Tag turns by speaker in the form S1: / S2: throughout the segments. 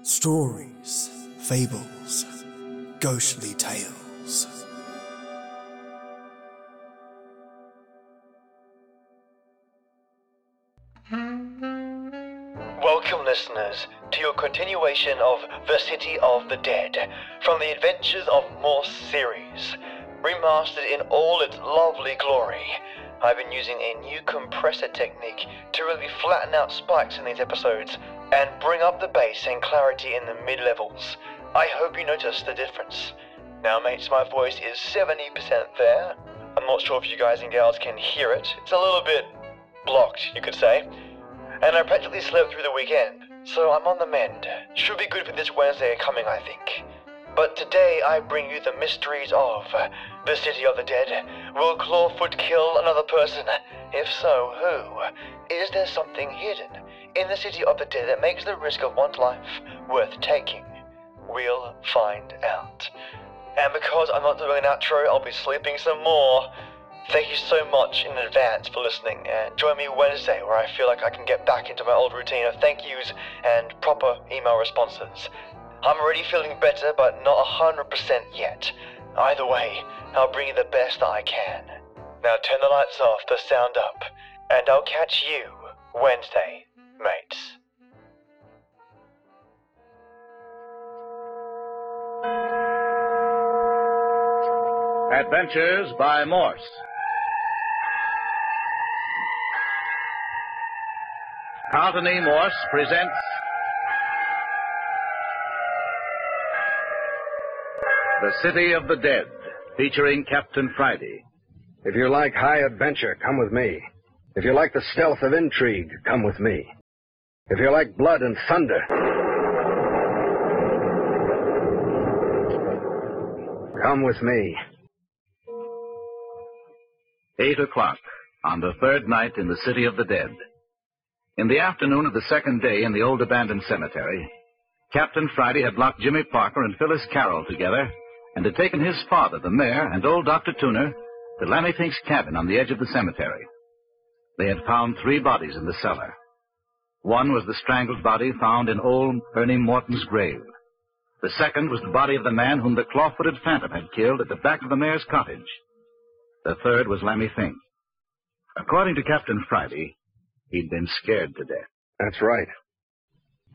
S1: Stories, fables, ghostly tales.
S2: Welcome, listeners, to your continuation of The City of the Dead from the Adventures of Morse series, remastered in all its lovely glory. I've been using a new compressor technique to really flatten out spikes in these episodes and bring up the bass and clarity in the mid levels. I hope you notice the difference. Now, mates, my voice is 70% there. I'm not sure if you guys and gals can hear it. It's a little bit blocked, you could say. And I practically slept through the weekend, so I'm on the mend. Should be good for this Wednesday coming, I think. But today I bring you the mysteries of the City of the Dead. Will Clawfoot kill another person? If so, who? Is there something hidden in the City of the Dead that makes the risk of one's life worth taking? We'll find out. And because I'm not doing an outro, I'll be sleeping some more. Thank you so much in advance for listening, and join me Wednesday where I feel like I can get back into my old routine of thank yous and proper email responses. I'm already feeling better, but not 100% yet. Either way, I'll bring you the best that I can. Now turn the lights off, the sound up, and I'll catch you Wednesday, mates.
S3: Adventures by Morse. Carlton E. Morse presents The City of the Dead, featuring Captain Friday.
S4: If you like high adventure, come with me. If you like the stealth of intrigue, come with me. If you like blood and thunder, come with me.
S3: Eight o'clock on the third night in the City of the Dead. In the afternoon of the second day in the old abandoned cemetery, Captain Friday had locked Jimmy Parker and Phyllis Carroll together and had taken his father, the mayor, and old Dr. Tuner to Lammy Fink's cabin on the edge of the cemetery. They had found three bodies in the cellar. One was the strangled body found in old Ernie Morton's grave. The second was the body of the man whom the claw-footed phantom had killed at the back of the mayor's cottage. The third was Lammy Fink. According to Captain Friday, he'd been scared to death.
S4: That's right.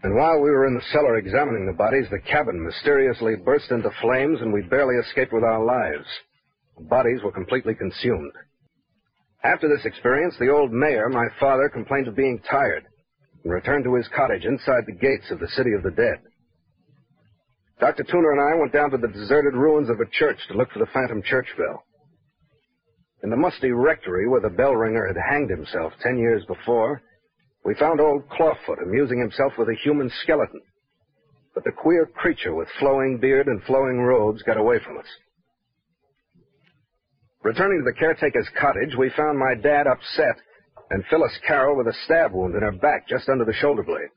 S4: And while we were in the cellar examining the bodies, the cabin mysteriously burst into flames and we barely escaped with our lives. The bodies were completely consumed. After this experience, the old mayor, my father, complained of being tired and returned to his cottage inside the gates of the City of the Dead. Dr. Tuner and I went down to the deserted ruins of a church to look for the phantom church bell. In the musty rectory where the bell ringer had hanged himself ten years before, we found old Clawfoot amusing himself with a human skeleton. But the queer creature with flowing beard and flowing robes got away from us. Returning to the caretaker's cottage, we found my dad upset and Phyllis Carroll with a stab wound in her back just under the shoulder blade.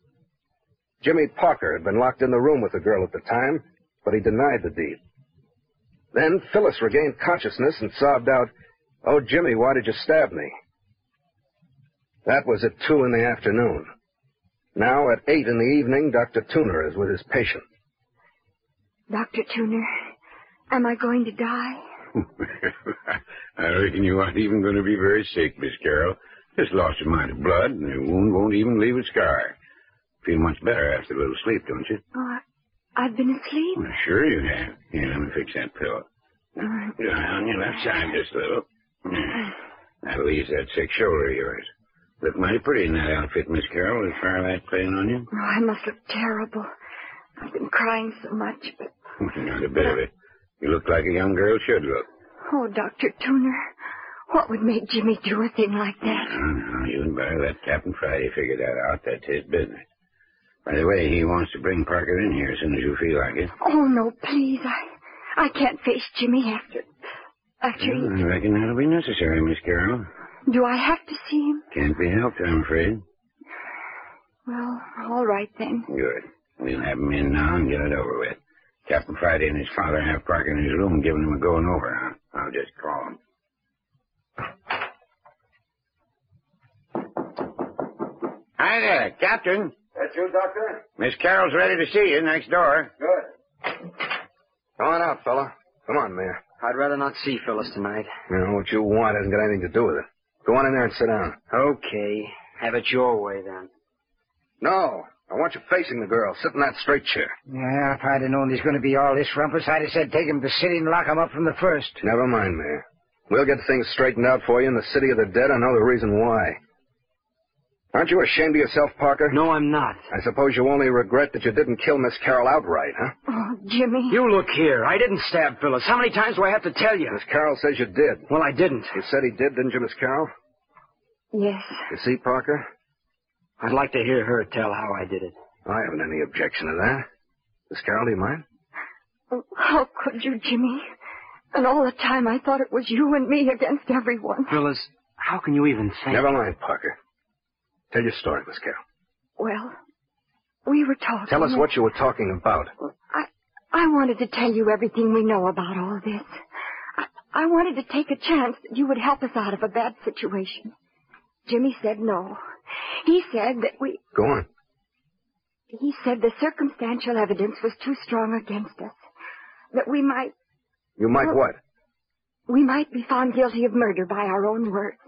S4: Jimmy Parker had been locked in the room with the girl at the time, but he denied the deed. Then Phyllis regained consciousness and sobbed out, Oh, Jimmy, why did you stab me? That was at two in the afternoon. Now, at eight in the evening, Dr. Tuner is with his patient.
S5: Dr. Tuner, am I going to die?
S6: I reckon you aren't even going to be very sick, Miss Carroll. Just lost a mite of blood, and the wound won't even leave a scar. Feel much better after a little sleep, don't you?
S5: Oh, I, I've been asleep.
S6: Well, sure you have. Here, let me fix that pillow. Yeah, on your left side just a little. Yeah. That'll ease that sick shoulder of yours. Look mighty pretty in that outfit, Miss Carroll, with firelight playing on you.
S5: Oh, I must look terrible. I've been crying so much, but
S6: Not a bit of it. You look like a young girl should look.
S5: oh, Dr. Tuner, what would make Jimmy do a thing like that?
S6: Oh, no, you and better let Captain Friday figure that out. That's his business. By the way, he wants to bring Parker in here as soon as you feel like it.
S5: Oh no, please, I I can't face Jimmy after after
S6: Well,
S5: you.
S6: I reckon that'll be necessary, Miss Carroll.
S5: Do I have to see him?
S6: Can't be helped, I'm afraid.
S5: Well, all right then.
S6: Good. We'll have him in now and get it over with. Captain Friday and his father have Parker in his room giving him a going over. I'll- I'll just call him. Hi there, Captain.
S7: That you, Doctor?
S6: Miss Carroll's ready to see you next door.
S7: Good.
S4: Come on out, fella. Come on, Mayor.
S8: I'd rather not see Phyllis tonight.
S4: You know, what you want hasn't got anything to do with it. Go on in there and sit down.
S8: Okay. Have it your way then.
S4: No. I want you facing the girl. Sit in that straight chair.
S9: Yeah, if I'd have known there's going to be all this rumpus, I'd have said take him to city and lock him up from the first.
S4: Never mind, Mayor. We'll get things straightened out for you in the city of the dead. I know the reason why. Aren't you ashamed of yourself, Parker?
S8: No, I'm not.
S4: I suppose you only regret that you didn't kill Miss Carroll outright, huh?
S5: Oh, Jimmy.
S8: You look here. I didn't stab Phyllis. How many times do I have to tell you?
S4: Miss Carroll says you did.
S8: Well, I didn't.
S4: You said he did, didn't you, Miss Carroll?
S5: Yes.
S4: You see, Parker?
S8: I'd like to hear her tell how I did it.
S4: I haven't any objection to that. Miss Carroll, do you mind?
S5: Oh, How could you, Jimmy? And all the time I thought it was you and me against everyone.
S8: Phyllis, how can you even think?
S4: Never mind, Parker. Tell your story, Miss Carroll.
S5: Well, we were talking.
S4: Tell
S8: Mm-hmm.
S4: us what you were talking about.
S5: I, I wanted to tell you everything we know about all this. I, I wanted to take a chance that you would help us out of a bad situation. Jimmy said no. He said that we,
S4: Go on.
S5: he said the circumstantial evidence was too strong against us. That we might,
S4: You might
S5: Well-
S4: what?
S5: we might be found guilty of murder by our own words.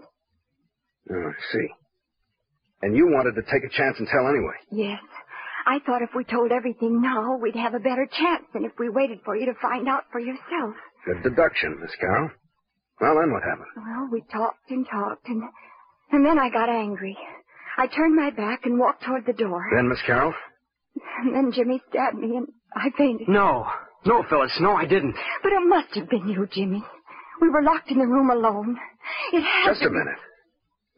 S4: Oh, I see. And you wanted to take a chance and tell anyway.
S5: Yes. I thought if we told everything now, we'd have a better chance than if we waited for you to find out for yourself.
S4: A deduction, Miss Carroll. Well, then what happened?
S5: Well, we talked and talked, and and then I got angry. I turned my back and walked toward the door.
S4: Then, Miss Carroll?
S5: And then Jimmy stabbed me, and I fainted.
S8: No. No, Phyllis. No, I didn't.
S5: But it must have been you, Jimmy. We were locked in the room alone. It had
S4: Just a minute.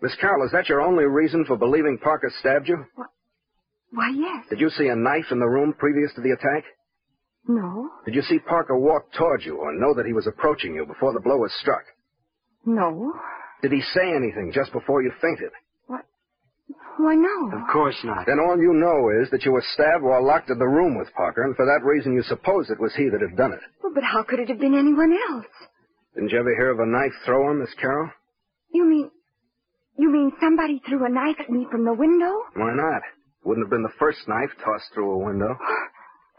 S4: Miss Carroll, is that your only reason for believing Parker stabbed you?
S5: Why, yes.
S4: Did you see a knife in the room previous to the attack?
S5: No.
S4: Did you see Parker walk toward you or know that he was approaching you before the blow was struck?
S5: No.
S4: Did he say anything just before you fainted?
S5: Why, no.
S8: Of course not.
S4: Then all you know is that you were stabbed while locked in the room with Parker, and for that reason you suppose it was he that had done it.
S5: Well, but how could it have been anyone else?
S4: Didn't you ever hear of a knife thrower, Miss Carroll?
S5: You mean. You mean somebody threw a knife at me from the window?
S4: Why not? Wouldn't have been the first knife tossed through a window.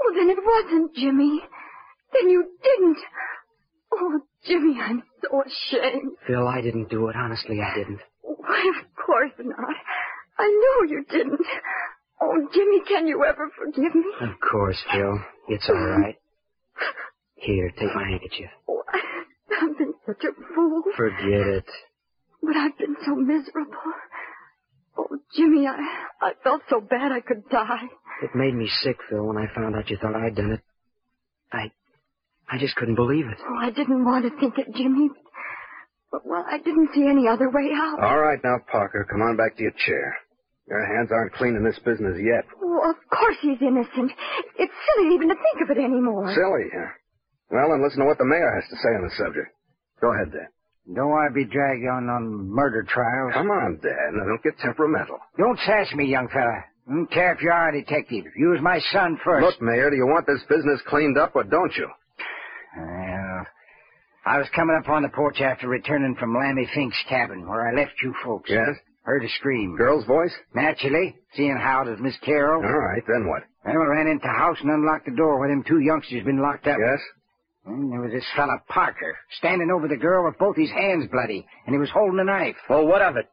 S5: Oh, then it wasn't, Jimmy. Then you didn't. Oh, Jimmy, I'm so ashamed.
S8: Phil, I didn't do it. Honestly, I didn't.
S5: Why, of course not. I know you didn't. Oh, Jimmy, can you ever forgive me?
S8: Of course, Phil. It's all right. Here, take my handkerchief.
S5: Oh, I- I've been such a fool,
S8: Forget it.
S5: but I've been so miserable. Oh, Jimmy, I, I felt so bad I could die.
S8: It made me sick, Phil, when I found out you thought I'd done it. I. I just couldn't believe it.
S5: Oh, I didn't want to think it, Jimmy. But, well, I didn't see any other way out.
S4: All right now, Parker, come on back to your chair. Your hands aren't clean in this business yet.
S5: Oh, of course he's innocent. It's silly even to think of it anymore.
S4: Silly, huh? Well, then listen to what the mayor has to say on the subject. Go ahead, Dad.
S9: Don't want to be dragged on on murder trials.
S4: Come on, Dad. Now, don't get temperamental.
S9: Don't sass me, young fella. I don't care if you are a detective. You was my son first.
S4: Look, Mayor, do you want this business cleaned up or don't you?
S9: Well, I was coming up on the porch after returning from Lammy Fink's cabin, where I left you folks.
S4: Yes?
S9: Heard a scream.
S4: Girl's voice?
S9: Naturally, seeing how it was Miss Carroll.
S4: All right, then what?
S9: Well, I ran into the house and unlocked the door where them two youngsters been locked up.
S4: Yes?
S9: And there Hmm, was this fella, Parker, standing over the girl with both his hands bloody, and he was holding a knife.
S8: Well, what of it?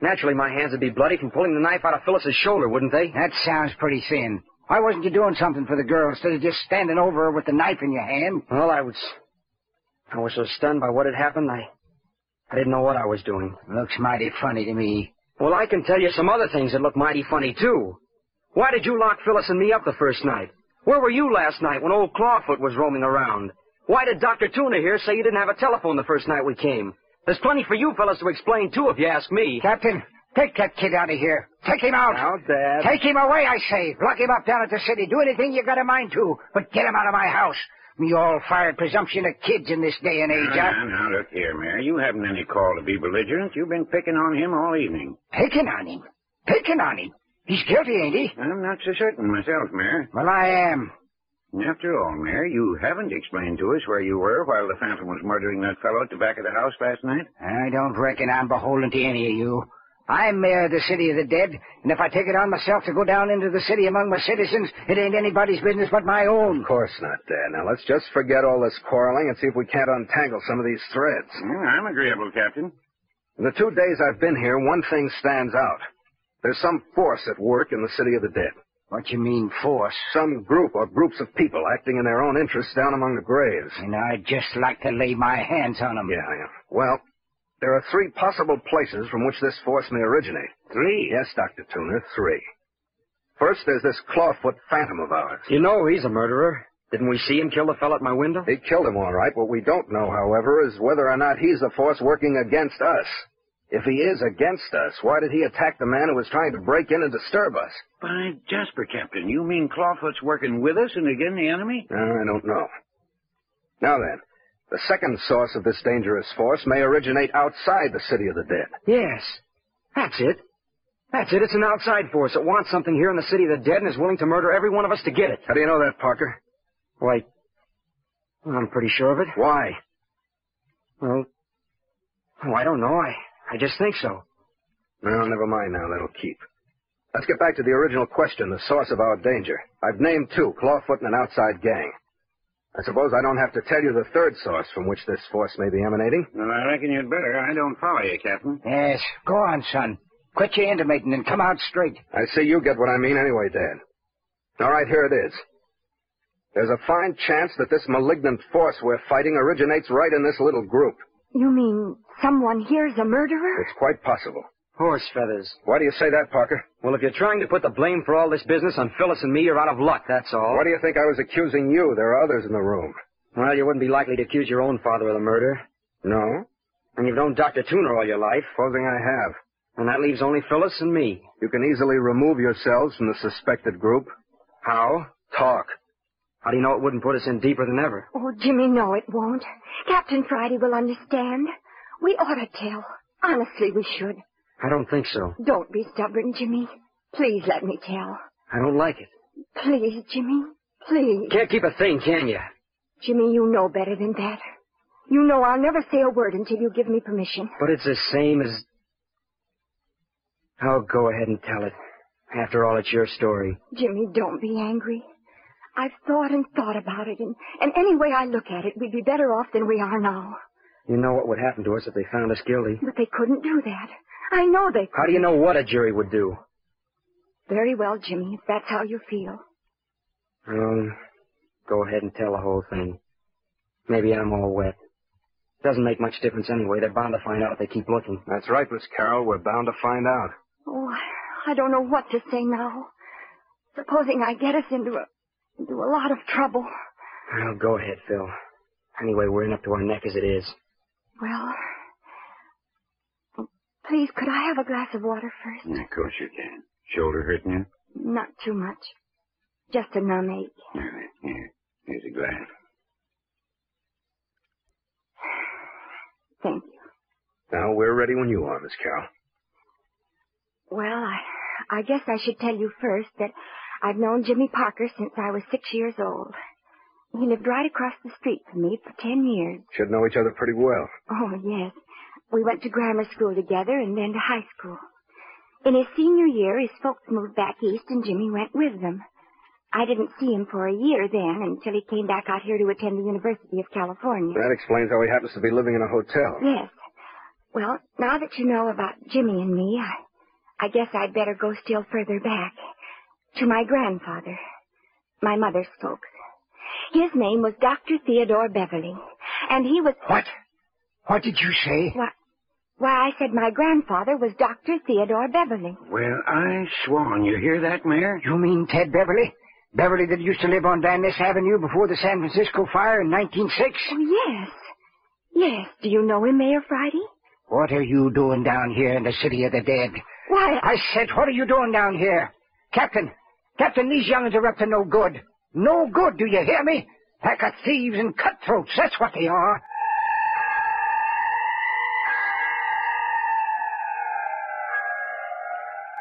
S8: Naturally, my hands would be bloody from pulling the knife out of Phyllis's shoulder, wouldn't they?
S9: That sounds pretty thin. Why wasn't you doing something for the girl instead of just standing over her with the knife in your hand?
S8: Well, I was. I was so stunned by what had happened, I. I didn't know what I was doing.
S9: Looks mighty funny to me.
S8: Well, I can tell you some other things that look mighty funny, too. Why did you lock Phyllis and me up the first night? Where were you last night when old Clawfoot was roaming around? Why did Dr. Tuna here say you didn't have a telephone the first night we came? There's plenty for you fellas to explain, too, if you ask me.
S9: Captain, take that kid out of here. Take him out.
S4: Now, Dad.
S9: Take him away, I say. Lock him up down at the city. Do anything you got a mind to, but get him out of my house. You all fired presumption of kids in this day and age,
S6: Now,
S9: huh?
S6: now, now, look here, Mayor. You haven't any call to be belligerent. You've been picking on him all evening.
S9: Picking on him. Picking on him. He's guilty, ain't he?
S6: I'm not so certain myself, Mayor.
S9: Well, I am.
S6: After all, Mayor, you haven't explained to us where you were while the Phantom was murdering that fellow at the back of the house last night.
S9: I don't reckon I'm beholden to any of you. I'm mayor of the city of the dead, and if I take it on myself to go down into the city among my citizens, it ain't anybody's business but my own.
S4: Of course not, Dad. Now let's just forget all this quarreling and see if we can't untangle some of these threads.
S6: Mm, I'm agreeable, Captain.
S4: In the two days I've been here, one thing stands out. There's some force at work in the city of the dead.
S9: What you mean, force?
S4: Some group or groups of people acting in their own interests down among the graves.
S9: And I'd just like to lay my hands on 'em.
S4: Yeah, yeah. Well, there are three possible places from which this force may originate.
S6: Three.
S4: Yes, Dr. Tuner, three. First, there's this clawfoot phantom of ours.
S8: You know he's a murderer. Didn't we see him kill the fellow at my window?
S4: He killed him all right. What we don't know, however, is whether or not he's the force working against us. If he is against us, why did he attack the man who was trying to break in and disturb us?
S6: By Jasper, Captain, you mean Clawfoot's working with us and again the enemy?
S4: Uh, I don't know. Now then, the second source of this dangerous force may originate outside the city of the dead.
S8: Yes. That's it. That's it. It's an outside force that wants something here in the city of the dead and is willing to murder every one of us to get it.
S4: How do you know that, Parker?
S8: Why, I'm pretty sure of it.
S4: Why?
S8: Well, oh, I don't know. I, I just think so.
S4: No, never mind now. That'll keep. Let's get back to the original question, the source of our danger. I've named two, Clawfoot and an outside gang. I suppose I don't have to tell you the third source from which this force may be emanating.
S6: Well, I reckon you'd better. I don't follow you, Captain.
S9: Yes, go on, son. Quit your intimating and come out straight.
S4: I see you get what I mean anyway, Dad. All right, here it is. There's a fine chance that this malignant force we're fighting originates right in this little group.
S5: You mean someone here's a murderer?
S4: It's quite possible.
S8: Horse feathers.
S4: Why do you say that, Parker?
S8: Well, if you're trying to put the blame for all this business on Phyllis and me, you're out of luck, that's all.
S4: Why do you think I was accusing you? There are others in the room.
S8: Well, you wouldn't be likely to accuse your own father of the murder.
S4: No?
S8: And you've known Dr. Tuner all your life.
S4: Supposing I have.
S8: And that leaves only Phyllis and me.
S4: You can easily remove yourselves from the suspected group.
S8: How?
S4: Talk.
S8: How do you know it wouldn't put us in deeper than ever?
S5: Oh, Jimmy, no, it won't. Captain Friday will understand. We ought to tell. Honestly, we should.
S8: I don't think so.
S5: Don't be stubborn, Jimmy. Please let me tell.
S8: I don't like it.
S5: Please, Jimmy. Please.
S8: Can't keep a thing, can you?
S5: Jimmy, you know better than that. You know I'll never say a word until you give me permission.
S8: But it's the same as. Oh, go ahead and tell it. After all, it's your story.
S5: Jimmy, don't be angry. I've thought and thought about it, and, and any way I look at it, we'd be better off than we are now.
S8: You know what would happen to us if they found us guilty.
S5: But they couldn't do that. I know they
S8: How do you know what a jury would do?
S5: Very well, Jimmy, if that's how you feel.
S8: Um, go ahead and tell the whole thing. Maybe I'm all wet. Doesn't make much difference anyway. They're bound to find out if they keep looking.
S4: That's right, Miss Carroll. We're bound to find out.
S5: Oh, I don't know what to say now. Supposing I get us into a, into a lot of trouble.
S8: Well, go ahead, Phil. Anyway, we're in up to our neck as it is.
S5: Well, please, could I have a glass of water first?
S6: Yeah, of course you can. Shoulder hurting you?
S5: Not too much. Just a numb ache.
S6: All right, here. Here's a glass.
S5: Thank you.
S4: Now, we're ready when you are, Miss Carroll.
S5: Well, I, I guess I should tell you first that I've known Jimmy Parker since I was six years old. He lived right across the street from me for ten years.
S4: Should know each other pretty well.
S5: Oh, yes. We went to grammar school together and then to high school. In his senior year, his folks moved back east and Jimmy went with them. I didn't see him for a year then until he came back out here to attend the University of California.
S4: That explains how he happens to be living in a hotel.
S5: Yes. Well, now that you know about Jimmy and me, I, I guess I'd better go still further back to my grandfather, my mother's folks. His name was Dr. Theodore Beverly, and he was
S9: What? What did you say?
S5: Why, why, I said my grandfather was Dr. Theodore Beverly.
S6: Well, I swan. You hear that, Mayor?
S9: You mean Ted Beverly? Beverly that used to live on Van Ness Avenue before the San Francisco fire in 1906?
S5: Oh, yes. Yes. Do you know him, Mayor Friday?
S9: What are you doing down here in the city of the dead?
S5: Why,
S9: I said, what are you doing down here? Captain, Captain, these young'uns are up to no good. No good, do you hear me? Pack of thieves and cutthroats, that's what they are.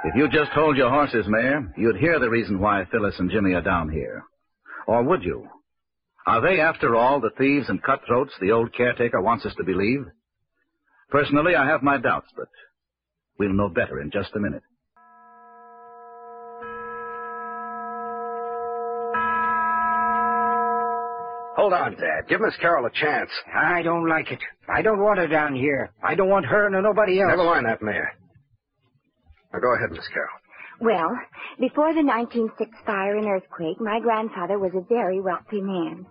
S3: If you just hold your horses, Mayor, you'd hear the reason why Phyllis and Jimmy are down here. Or would you? Are they, after all, the thieves and cutthroats the old caretaker wants us to believe? Personally, I have my doubts, but We'll know better in just a minute.
S4: Hold on, Dad. Give Miss Carroll a chance.
S9: I don't like it. I don't want her down here. I don't want her nor nobody else.
S4: Never mind that, Mayor. Now go ahead, Miss Carroll.
S5: Well, before the 1906 fire and earthquake, my grandfather was a very wealthy man.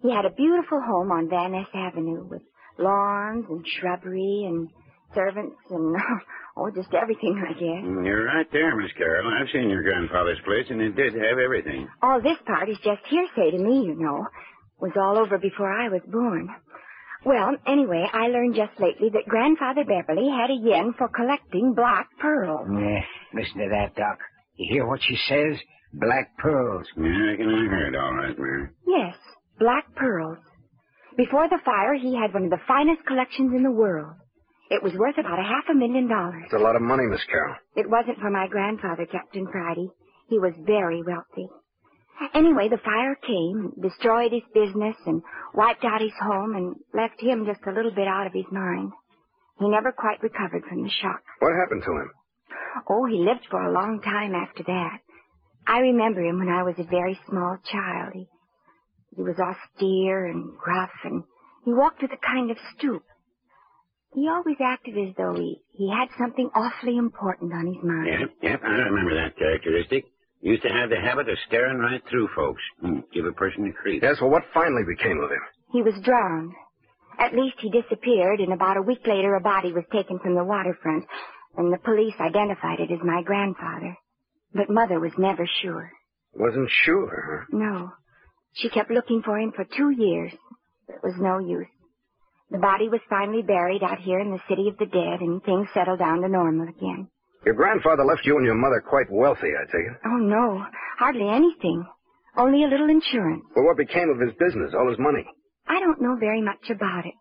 S5: He had a beautiful home on Van Ness Avenue with lawns and shrubbery and servants and, oh, just everything, I guess.
S6: You're right there, Miss Carroll. I've seen your grandfather's place, and it did have everything.
S5: All this part is just hearsay to me, you know. Was all over before I was born. Well, anyway, I learned just lately that Grandfather Beverly had a yen for collecting black pearls.
S9: Yeah, listen to that, Doc. You hear what she says? Black pearls.
S6: Yeah, I can hear it all right, Mary.
S5: Yes, black pearls. Before the fire, he had one of the finest collections in the world. It was worth about a half a million dollars.
S4: It's a lot of money, Miss Carroll.
S5: It wasn't for my grandfather, Captain Friday. He was very wealthy. Anyway, the fire came, destroyed his business, and wiped out his home, and left him just a little bit out of his mind. He never quite recovered from the shock.
S4: What happened to him?
S5: Oh, he lived for a long time after that. I remember him when I was a very small child. He, he was austere and gruff, and he walked with a kind of stoop. He always acted as though he, he had something awfully important on his mind.
S6: Yep, yep, I remember that characteristic. Used to have the habit of staring right through folks. Hmm, give a person a creep.
S4: Yes, well, what finally became of him?
S5: He was drowned. At least he disappeared, and about a week later a body was taken from the waterfront, and the police identified it as my grandfather. But Mother was never sure.
S4: Wasn't sure,
S5: No. She kept looking for him for two years. It was no use. The body was finally buried out here in the city of the dead, and things settled down to normal again.
S4: huh? Your grandfather left you and your mother quite wealthy, I take it.
S5: Oh, no. Hardly anything. Only a little insurance.
S4: Well, what became of his business, all his money?
S5: I don't know very much about it.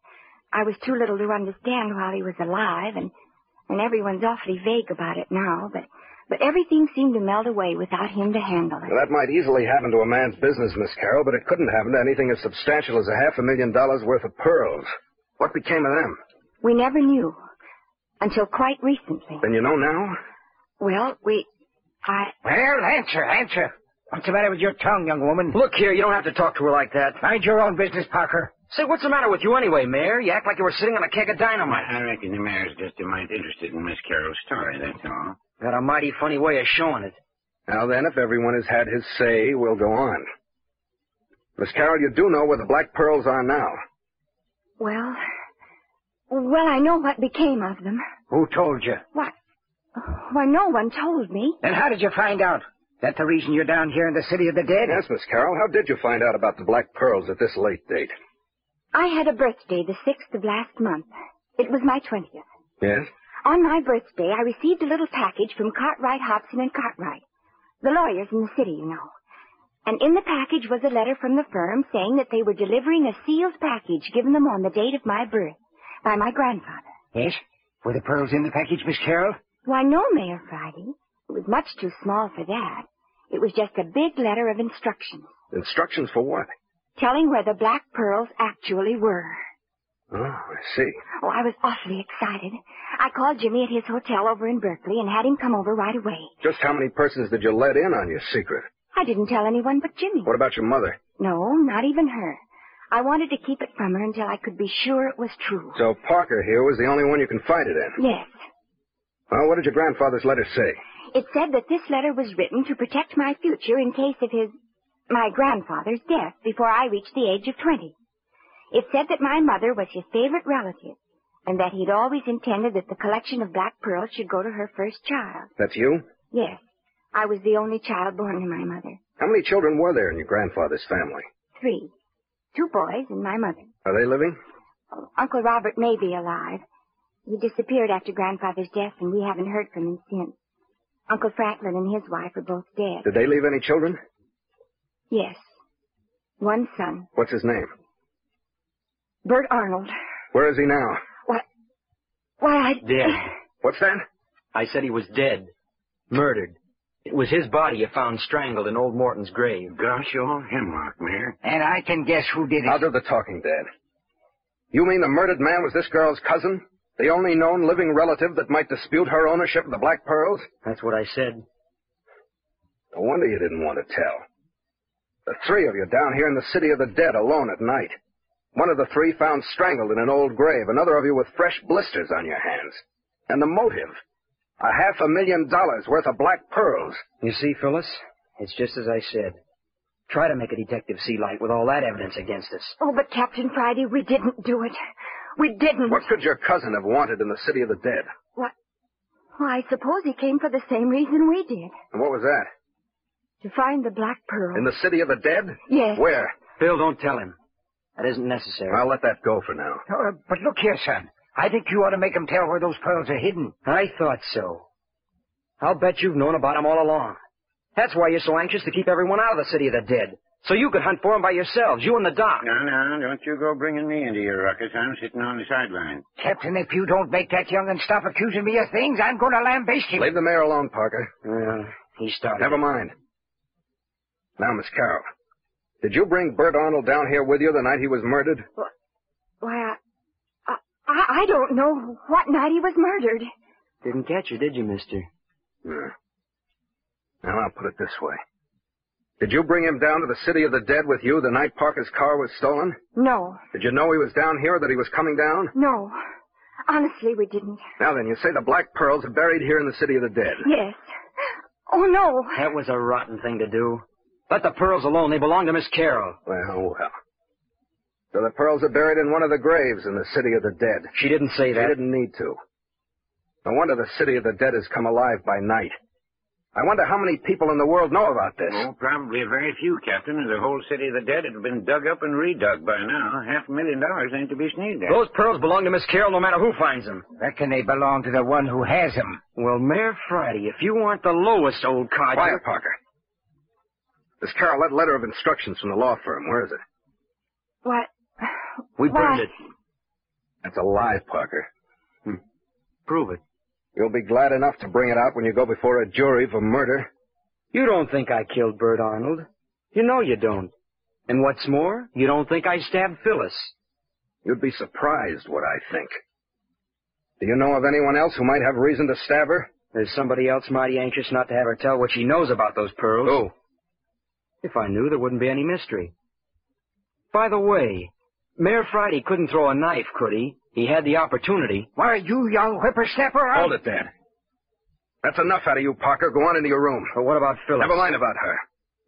S5: I was too little to understand while he was alive, and and everyone's awfully vague about it now. But but everything seemed to melt away without him to handle
S4: Well,
S5: it.
S4: that might easily happen to a man's business, Miss Carroll, but it couldn't happen to anything as substantial as a half a million dollars worth of pearls. What became of them?
S5: We never knew until quite recently.
S4: Then you know now?
S5: Well, we, I,
S9: Well, answer, answer. What's the matter with your tongue, young woman?
S8: Look here, you don't have to talk to her like that.
S9: Mind your own business, Parker.
S8: Say, what's the matter with you anyway, Mayor? You act like you were sitting on a keg of dynamite.
S6: I reckon the mayor's just a mite interested in Miss Carroll's story, that's all.
S8: Got a mighty funny way of showing it.
S4: Now then, if everyone has had his say, we'll go on. Miss Carroll, you do know where the black pearls are now.
S5: well, well, I know what became of them.
S9: Who told you?
S5: What? Why, no one told me.
S9: Then how did you find out? That the reason you're down here in the city of the dead?
S4: Yes, Miss Carroll, how did you find out about the black pearls at this late date?
S5: I had a birthday the sixth of last month. It was my twentieth.
S4: Yes?
S5: On my birthday, I received a little package from Cartwright, Hobson, and Cartwright, the lawyers in the city, you know. And in the package was a letter from the firm saying that they were delivering a sealed package given them on the date of my birth by my grandfather.
S9: Yes? Were the pearls in the package, Miss Carroll?
S5: Why, no, Mayor Friday. It was much too small for that. It was just a big letter of instructions
S4: Instructions for what?
S5: telling where the black pearls actually were.
S4: Oh, I see.
S5: Oh, I was awfully excited. I called Jimmy at his hotel over in Berkeley and had him come over right away.
S4: Just how many persons did you let in on your secret?
S5: I didn't tell anyone but Jimmy.
S4: What about your mother?
S5: No, not even her. I wanted to keep it from her until I could be sure it was true.
S4: So Parker here was the only one you confided in.
S5: Yes.
S4: Well, what did your grandfather's letter say?
S5: It said that this letter was written to protect my future in case of his, my grandfather's death before I reached the age of 20. It said that my mother was his favorite relative and that he'd always intended that the collection of black pearls should go to her first child.
S4: That's you?
S5: Yes. I was the only child born to my mother.
S4: How many children were there in your grandfather's family?
S5: Three. Two boys and my mother.
S4: Are they living?
S5: Uncle Robert may be alive. He disappeared after Grandfather's death, and we haven't heard from him since. Uncle Franklin and his wife are both dead.
S4: Did they leave any children?
S5: Yes. One son,
S4: What's his name?
S5: Bert Arnold.
S4: Where is he now?
S5: Why, I...
S8: Dead.
S4: What's that?
S8: I said he was dead. Murdered. It was his body you found strangled in old Morton's grave.
S6: Gosh, you all hemlock, Mayor.
S9: And I can guess who did it.
S4: I'll do the talking, Dad. You mean the murdered man was this girl's cousin? The only known living relative that might dispute her ownership of the Black Pearls?
S8: That's what I said.
S4: No wonder you didn't want to tell. The three of you down here in the city of the dead alone at night. One of the three found strangled in an old grave, another of you with fresh blisters on your hands. And the motive? A half a million dollars worth of black pearls.
S8: You see, Phyllis, it's just as I said. Try to make a detective see light with all that evidence against us.
S5: Oh, but Captain Friday, we didn't do it. We didn't.
S4: What could your cousin have wanted in the city of the dead?
S5: What? Well, I suppose he came for the same reason we did.
S4: And what was that?
S5: To find the Black Pearl.
S4: In the city of the dead?
S5: Yes.
S4: Where?
S8: Phil, don't tell him. That isn't necessary.
S4: I'll let that go for now.
S9: Uh, but look here, son. I think you ought to make him tell where those pearls are hidden.
S8: I thought so. I'll bet you've known about him all along. That's why you're so anxious to keep everyone out of the city of the dead. So you could hunt for him by yourselves, you and the doc.
S6: No, no, don't you go bringing me into your ruckus. I'm sitting on the sideline.
S9: Captain, if you don't make that young'un stop accusing me of things, I'm going to lambaste him.
S4: Leave the mayor alone, Parker.
S8: Well, he started.
S4: Never mind. Now, Miss Carroll, did you bring Bert Arnold down here with you the night he was murdered?
S5: Why, I, I, I don't know what night he was murdered.
S8: Didn't catch you, did you, mister?
S4: Yeah. Now, I'll put it this way. Did you bring him down to the city of the dead with you the night Parker's car was stolen?
S5: No,
S4: Did you know he was down here, that he was coming down?
S5: no. Honestly, we didn't.
S4: Now then, you say the Black Pearls are buried here in the city of the dead.
S5: Yes. Oh, no.
S8: That was a rotten thing to do. Let the pearls alone. They belong to Miss Carroll.
S4: Well, well. So the pearls are buried in one of the graves in the city of the dead.
S8: She didn't say
S4: They
S8: that.
S4: didn't need to. No wonder the city of the dead has come alive by night. I wonder how many people in the world know about this.
S6: Oh, probably very few, Captain. The whole city of the dead had been dug up and redug by now. Half a million dollars ain't to be sneezed at.
S8: Those pearls belong to Miss Carroll no matter who finds them.
S9: Reckon they belong to the one who has them.
S8: Well, Mayor Friday, if you aren't the lowest old codger...
S4: Quiet, Parker. This Carol, that letter of instructions from the law firm, where is it?
S5: What?
S8: We burned
S5: Why?
S8: it. Hmm.
S4: That's a lie, Parker.
S8: Prove it.
S4: You'll be glad enough to bring it out when you go before a jury for murder.
S8: You don't think I killed Bert Arnold. You know you don't. And what's more, you don't think I stabbed Phyllis.
S4: You'd be surprised what I think. Do you know of anyone else who might have reason to stab her?
S8: There's somebody else mighty anxious not to have her tell what she knows about those pearls.
S4: Who?
S8: If I knew, there wouldn't be any mystery. By the way, Mayor Friday couldn't throw a knife, could he? He had the opportunity.
S9: Why, you young whippersnapper, I'll...
S4: Hold it, Dad. That's enough out of you, Parker. Go on into your room.
S8: But what about Phyllis?
S4: Never mind about her.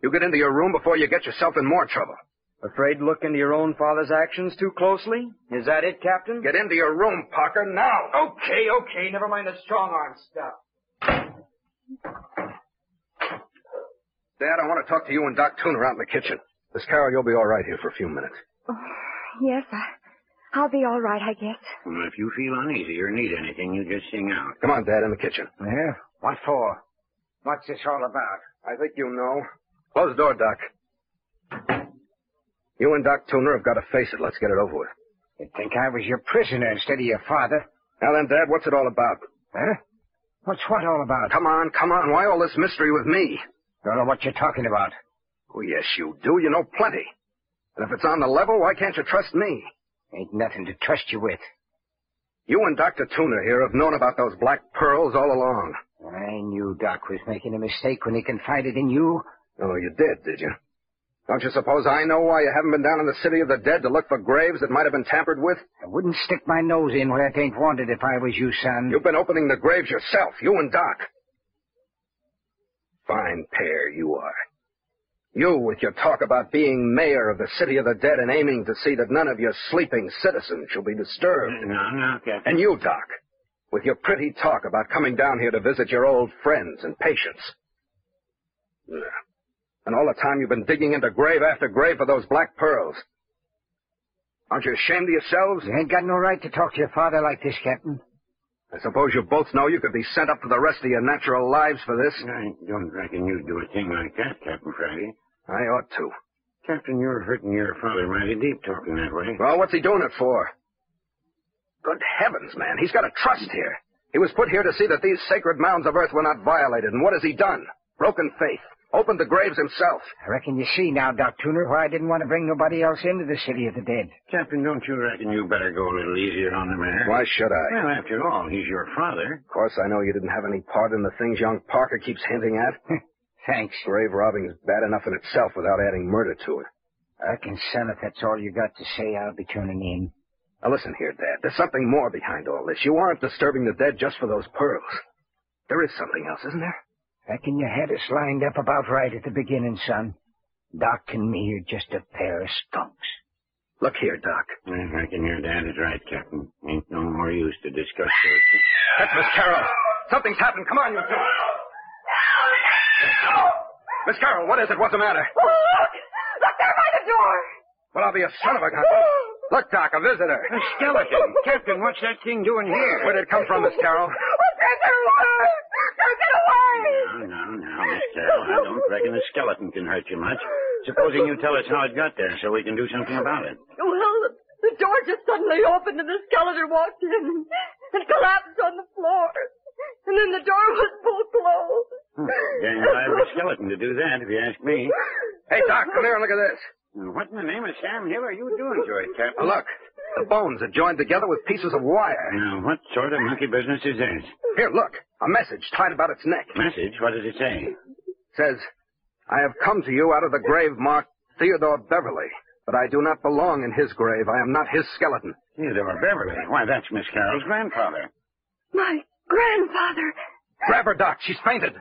S4: You get into your room before you get yourself in more trouble.
S8: Afraid to look into your own father's actions too closely? Is that it, Captain?
S4: Get into your room, Parker, now.
S8: Okay, okay, never mind the strong arm stuff.
S4: Dad, I want to talk to you and Doc Tuner out in the kitchen. Miss Carroll, you'll be all right here for a few minutes.
S5: Yes, I, I'll be all right, I guess.
S6: Well, if you feel uneasy or need anything, you just sing out.
S4: Come on, Dad, in the kitchen.
S9: Yeah? What for? What's this all about?
S4: I think you know. Close the door, Doc. You and Doc Tuner have got to face it. Let's get it over with.
S9: You'd think I was your prisoner instead of your father.
S4: Now then, Dad, what's it all about?
S9: Huh? What's what all about?
S4: Come on, come on. Why all this mystery with me?
S9: Don't know what you're talking about.
S4: Oh, yes, you do. You know plenty. And if it's on the level, why can't you trust me?
S9: Ain't nothing to trust you with.
S4: You and Dr. Tuner here have known about those black pearls all along.
S9: I knew Doc was making a mistake when he confided in you.
S4: Oh, you did, did you? Don't you suppose I know why you haven't been down in the city of the dead to look for graves that might have been tampered with?
S9: I wouldn't stick my nose in where it ain't wanted if I was you, son.
S4: You've been opening the graves yourself, you and Doc. Fine pair you are. You with your talk about being mayor of the city of the dead and aiming to see that none of your sleeping citizens shall be disturbed.
S6: No, no, Captain.
S4: And you, Doc, with your pretty talk about coming down here to visit your old friends and patients. Yeah. And all the time you've been digging into grave after grave for those black pearls. Aren't you ashamed of yourselves?
S9: You ain't got no right to talk to your father like this, Captain.
S4: I suppose you both know you could be sent up for the rest of your natural lives for this.
S6: I don't reckon you'd do a thing like that, Captain Friday.
S4: I ought to.
S6: Captain, you're hurting your father mighty deep talking that way.
S4: Well, what's he doing it for? Good heavens, man. He's got a trust here. He was put here to see that these sacred mounds of earth were not violated. And what has he done? Broken faith. Opened the graves himself.
S9: I reckon you see now, Doc Tuner, why I didn't want to bring nobody else into the city of the dead.
S6: Captain, don't you reckon you better go a little easier on the matter?
S4: Why should I?
S6: Well, after all, he's your father.
S4: Of course, I know you didn't have any part in the things young Parker keeps hinting at.
S9: Thanks.
S4: Grave robbing is bad enough in itself without adding murder to it.
S9: I reckon, son, if that's all you got to say, I'll be turning in.
S4: Now listen here, Dad. There's something more behind all this. You aren't disturbing the dead just for those pearls. There is something else, isn't there?
S9: Reckon you had us lined up about right at the beginning, son. Doc and me are just a pair of skunks.
S4: Look here, Doc.
S6: I reckon your dad is right, Captain. Ain't no more use to discuss this.
S4: That's Miss Carroll. Something's happened. Come on, you two. Miss Carroll, what is it? What's the matter?
S5: Oh, look! Look there by the door!
S4: Well, I'll be a son of a gun. Look, Doc, a visitor.
S6: A skeleton. Captain, what's that thing doing here?
S4: Where did it come from, Miss Carroll?
S5: We're taking away! We're taking away!
S6: Oh, No, no, no, Miss Carroll. I don't reckon a skeleton can hurt you much. Supposing you tell us how it got there so we can do something about it.
S5: Well, the door just suddenly opened and the skeleton walked in and collapsed on the floor. And then the door was both closed.
S6: Hmm, Dang, I have a skeleton to do that, if you ask me.
S4: Hey, Doc, come here and look at this.
S6: What in the name of Sam Hill are you doing to it, Captain?
S4: Look, the bones are joined together with pieces of wire.
S6: Now, what sort of monkey business is this?
S4: Here, look, a message tied about its neck.
S6: Message? What does it say?
S4: says, I have come to you out of the grave marked Theodore Beverly, but I do not belong in his grave. I am not his skeleton.
S6: Theodore Beverly. Why, that's Miss Carroll's grandfather.
S5: My grandfather.
S4: Grab her, Doc. She's fainted.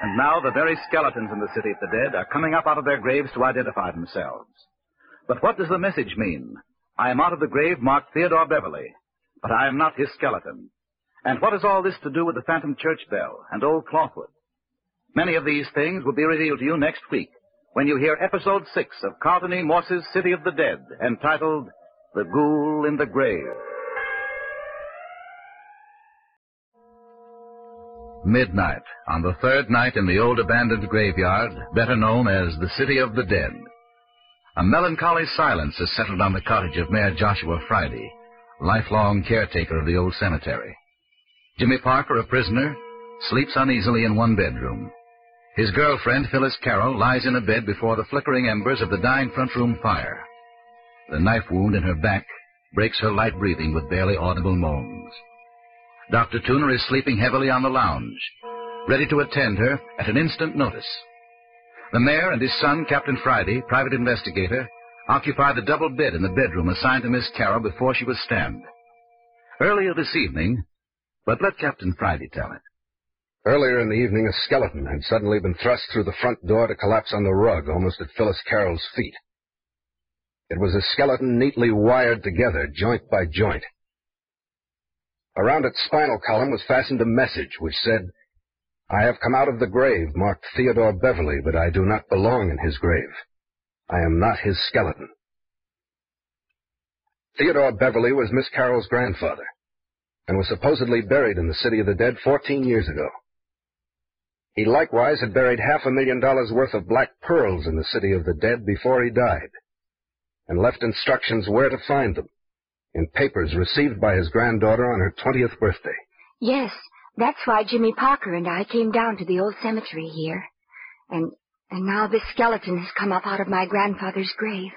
S3: And now the very skeletons in the city of the dead are coming up out of their graves to identify themselves. But what does the message mean? I am out of the grave marked Theodore Beverly, but I am not his skeleton. And what has all this to do with the phantom church bell and old Clothwood? Many of these things will be revealed to you next week when you hear episode six of Carlton E. Morse's City of the Dead, entitled The Ghoul in the Grave. Midnight, on the third night in the old abandoned graveyard, better known as the City of the Dead. A melancholy silence has settled on the cottage of Mayor Joshua Friday, lifelong caretaker of the old cemetery. Jimmy Parker, a prisoner, sleeps uneasily in one bedroom. His girlfriend, Phyllis Carroll, lies in a bed before the flickering embers of the dying front room fire. The knife wound in her back breaks her light breathing with barely audible moans. Dr. Tuner is sleeping heavily on the lounge, ready to attend her at an instant notice. The mayor and his son, Captain Friday, private investigator, occupy the double bed in the bedroom assigned to Miss Carroll before she was stabbed. Earlier this evening, but let Captain Friday tell it.
S4: Earlier in the evening, a skeleton had suddenly been thrust through the front door to collapse on the rug almost at Phyllis Carroll's feet. It was a skeleton neatly wired together, joint by joint. Around its spinal column was fastened a message which said, I have come out of the grave marked Theodore Beverly, but I do not belong in his grave. I am not his skeleton. Theodore Beverly was Miss Carroll's grandfather and was supposedly buried in the City of the Dead 14 years ago. He likewise had buried half a million dollars worth of black pearls in the City of the Dead before he died and left instructions where to find them in papers received by his granddaughter on her 20th birthday.
S5: Yes, that's why Jimmy Parker and I came down to the old cemetery here. And, and now this skeleton has come up out of my grandfather's grave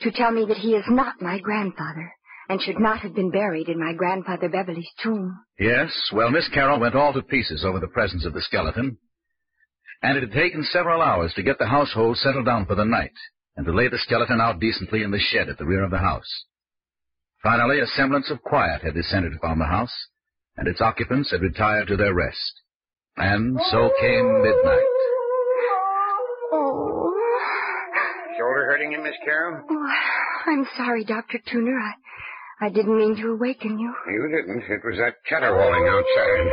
S5: to tell me that he is not my grandfather and should not have been buried in my grandfather Beverly's tomb.
S3: Yes, well, Miss Carroll went all to pieces over the presence of the skeleton, and it had taken several hours to get the household settled down for the night and to lay the skeleton out decently in the shed at the rear of the house. Finally, a semblance of quiet had descended upon the house, and its occupants had retired to their rest. And so came midnight.
S5: Oh,
S6: Shoulder hurting you, Miss Carroll?
S5: oh I'm sorry, Dr. Tuner. I, I didn't mean to awaken you.
S6: You didn't. It was that caterwauling outside.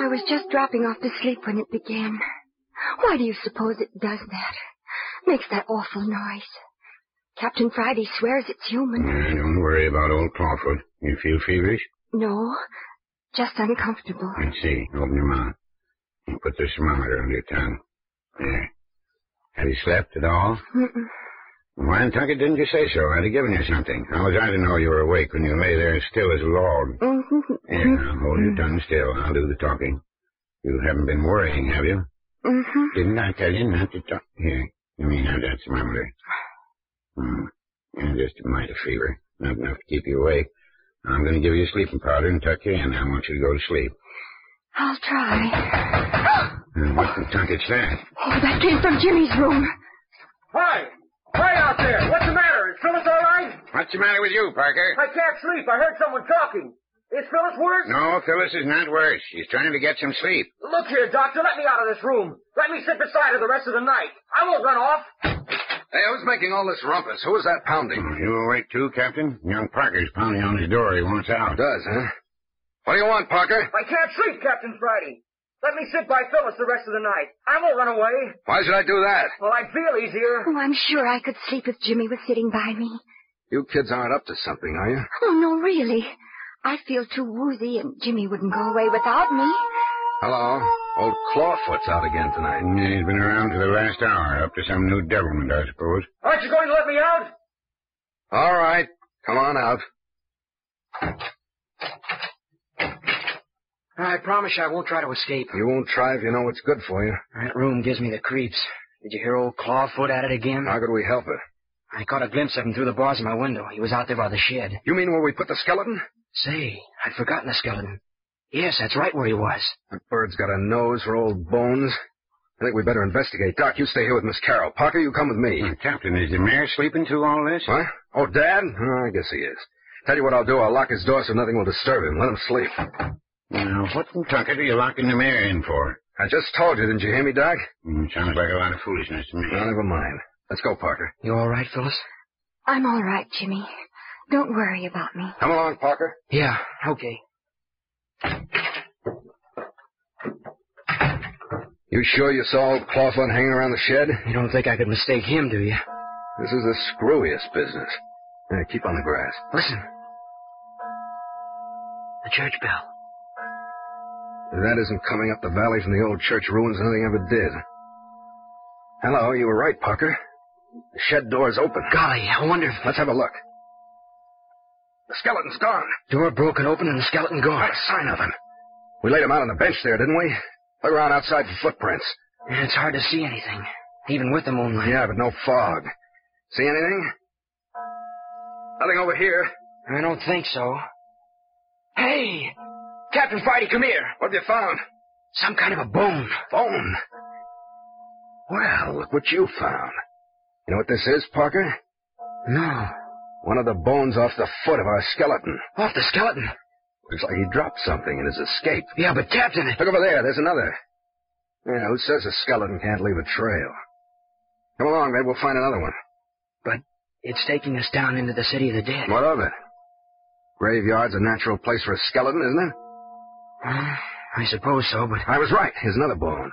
S5: I was just dropping off to sleep when it began. Why do you suppose it does that? Makes that awful noise. Captain Friday swears it's human.
S6: Yeah, don't worry about old Clawfoot. You feel feverish?
S5: No, just uncomfortable.
S6: Let's see. Open your mouth. And put the thermometer on your tongue. There. Have you slept at all? Nantucket, didn't you say so? I'd have given you something. How was I to know you were awake when you lay there as still as a log?
S5: Mm-hmm,
S6: Yeah, now hold your tongue still. I'll do the talking. You haven't been worrying, have you?
S5: Mm-hmm.
S6: Didn't I tell you not to talk? Here, I mean, now that's my mother. Hmm. Yeah, just a mite of fever. Not enough to keep you awake. I'm going to give you sleeping powder and tuck you in. I want you to go to sleep.
S5: I'll try.
S6: Now, what the Nantucket's that?
S5: Oh, that came from Jimmy's room.
S8: Hi! Hi out there! What's the matter? Is Phyllis all right?
S6: What's the matter with you, Parker?
S8: I can't sleep. I heard someone talking. Is Phyllis worse?
S6: No, Phyllis is not worse. She's trying to get some sleep.
S8: Look here, doctor. Let me out of this room. Let me sit beside her the rest of the night. I won't run off.
S4: Hey, who's making all this rumpus? Who is that pounding?
S6: Hmm, You awake too, Captain? Young Parker's pounding on his door. He wants out.
S4: Does, huh? What do you want, Parker?
S8: I can't sleep, Captain Friday. Let me sit by Phyllis the rest of the night. I won't run away.
S4: Why should I do that?
S8: Well, I'd feel easier.
S5: Oh, I'm sure I could sleep if Jimmy was sitting by me.
S4: You kids aren't up to something, are you?
S5: Oh, no, really. I feel too woozy, and Jimmy wouldn't go away without me.
S4: Hello? Old Clawfoot's out again tonight.
S6: Yeah, he's been around for the last hour, up to some new devilment, I suppose.
S8: Aren't you going to let me out?
S4: All right. Come on out.
S9: I promise you I won't try to escape.
S4: You won't try if you know what's good for you.
S9: That room gives me the creeps. Did you hear old Clawfoot at it again?
S4: How could we help it?
S9: I caught a glimpse of him through the bars of my window. He was out there by the shed.
S4: You mean where we put the skeleton?
S9: Say, I'd forgotten the skeleton. Yes, that's right where he was.
S4: That bird's got a nose for old bones. I think we better investigate. Doc, you stay here with Miss Carroll. Parker, you come with me.
S6: Now, Captain, is the mayor sleeping through all this?
S4: What? Oh, Dad? Oh, I guess he is. Tell you what I'll do. I'll lock his door so nothing will disturb him. Let him sleep.
S6: Now, what in Tucket are you locking the mayor in for?
S4: I just told you, didn't you hear me, Doc?
S6: Mm, sounds like a lot of foolishness to me.
S4: Well, never mind. Let's go, Parker.
S9: You all right, Phyllis?
S5: I'm all right, Jimmy. Don't worry about me.
S4: Come along, Parker.
S9: Yeah, okay.
S4: You sure you saw old Clawfoot hanging around the shed?
S9: You don't think I could mistake him, do you?
S4: This is the screwiest business. Yeah, keep on the grass.
S9: Listen. The church bell.
S4: If that isn't coming up the valley from the old church ruins, nothing ever did. Hello, you were right, Parker. The shed door is open.
S9: Golly, I wonder if the
S4: Let's have a look. The skeleton's gone.
S9: door broken open and the skeleton
S4: Not
S9: gone.
S4: a sign of him. We laid him out on the bench there, didn't we? Look around outside for footprints.
S9: And it's hard to see anything, even with the moonlight.
S4: Yeah, but no fog. See anything? Nothing over here.
S9: I don't think so. Hey! Captain Friday, come here!
S4: What have you found?
S9: Some kind of a bone.
S4: Bone. Well, look what you found. You know what this is, Parker?
S9: No.
S4: One of the bones off the foot of our skeleton.
S9: Off the skeleton.
S4: Looks like he dropped something in his escape.
S9: Yeah, but Captain,
S4: Look over there. There's another. Yeah, who says a skeleton can't leave a trail? Come along, maybe we'll find another one.
S9: it's taking us down into the city of the dead.
S4: What of it? Graveyard's a natural place for a skeleton, isn't it?
S9: Huh? I suppose so, but
S4: I was right. Here's another bone.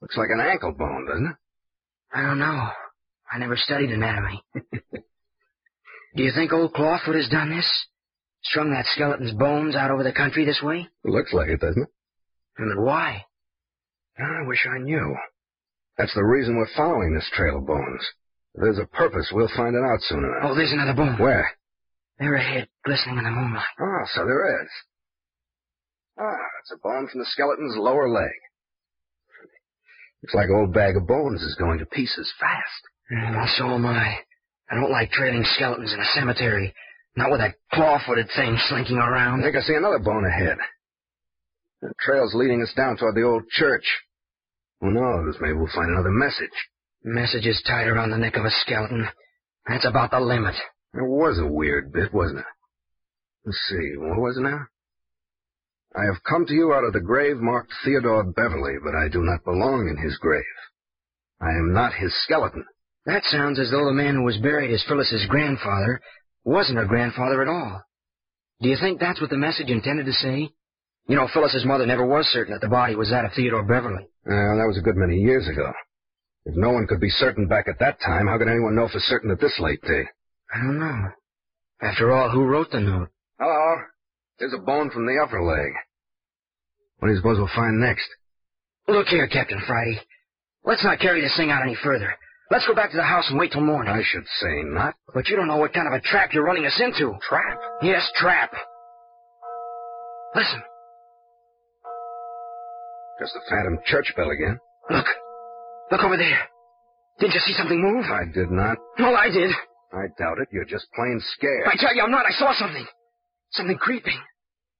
S4: Looks like an ankle bone, doesn't it?
S9: I don't know. I never studied anatomy. Do you think old Clawfoot has done this? Strung that skeleton's bones out over the country this way?
S4: Looks like it, doesn't it? Ah,
S9: And then why?
S4: I wish I knew. That's the reason we're following this trail of bones. If there's a purpose, we'll find it out soon enough.
S9: Oh, there's another bone.
S4: Where?
S9: They're ahead, glistening in the moonlight.
S4: Oh, so there is. Ah, it's a bone from the skeleton's lower leg. Looks like old bag of bones is going to pieces fast.
S9: Mm, well, so am I. I don't like trailing skeletons in a cemetery. Not with that claw-footed thing slinking
S4: I
S9: around.
S4: think I see another bone ahead. The trail's leading us down toward the old church. Who knows? Maybe we'll find another message.
S9: Messages tied around the neck of a skeleton. That's about the limit.
S4: It was a weird bit, wasn't it? Let's see, what was it now? I have come to you out of the grave marked Theodore Beverly, but I do not belong in his grave. I am not his skeleton.
S9: That sounds as though the man who was buried as Phyllis's grandfather wasn't her grandfather at all. Do you think that's what the message intended to say? You know, Phyllis's mother never was certain that the body was that of Theodore Beverly.
S4: Well, that was a good many years ago. If no one could be certain back at that time, how could anyone know for certain at this late date?
S9: I don't know. After all, who wrote the note?
S4: Hello. There's a bone from the upper leg. What do you suppose we'll find next?
S9: Look here, Captain Friday. Let's not carry this thing out any further. Let's go back to the house and wait till morning.
S4: I should say not.
S9: But you don't know what kind of a trap you're running us into.
S4: Trap?
S9: Yes, trap. Listen,
S4: Just the phantom church bell again.
S9: look. Look over there. Didn't you see something move?
S4: I did not.
S9: Well, I did.
S4: I doubt it. You're just plain scared.
S9: I tell you, I'm not. I saw something. Something creeping.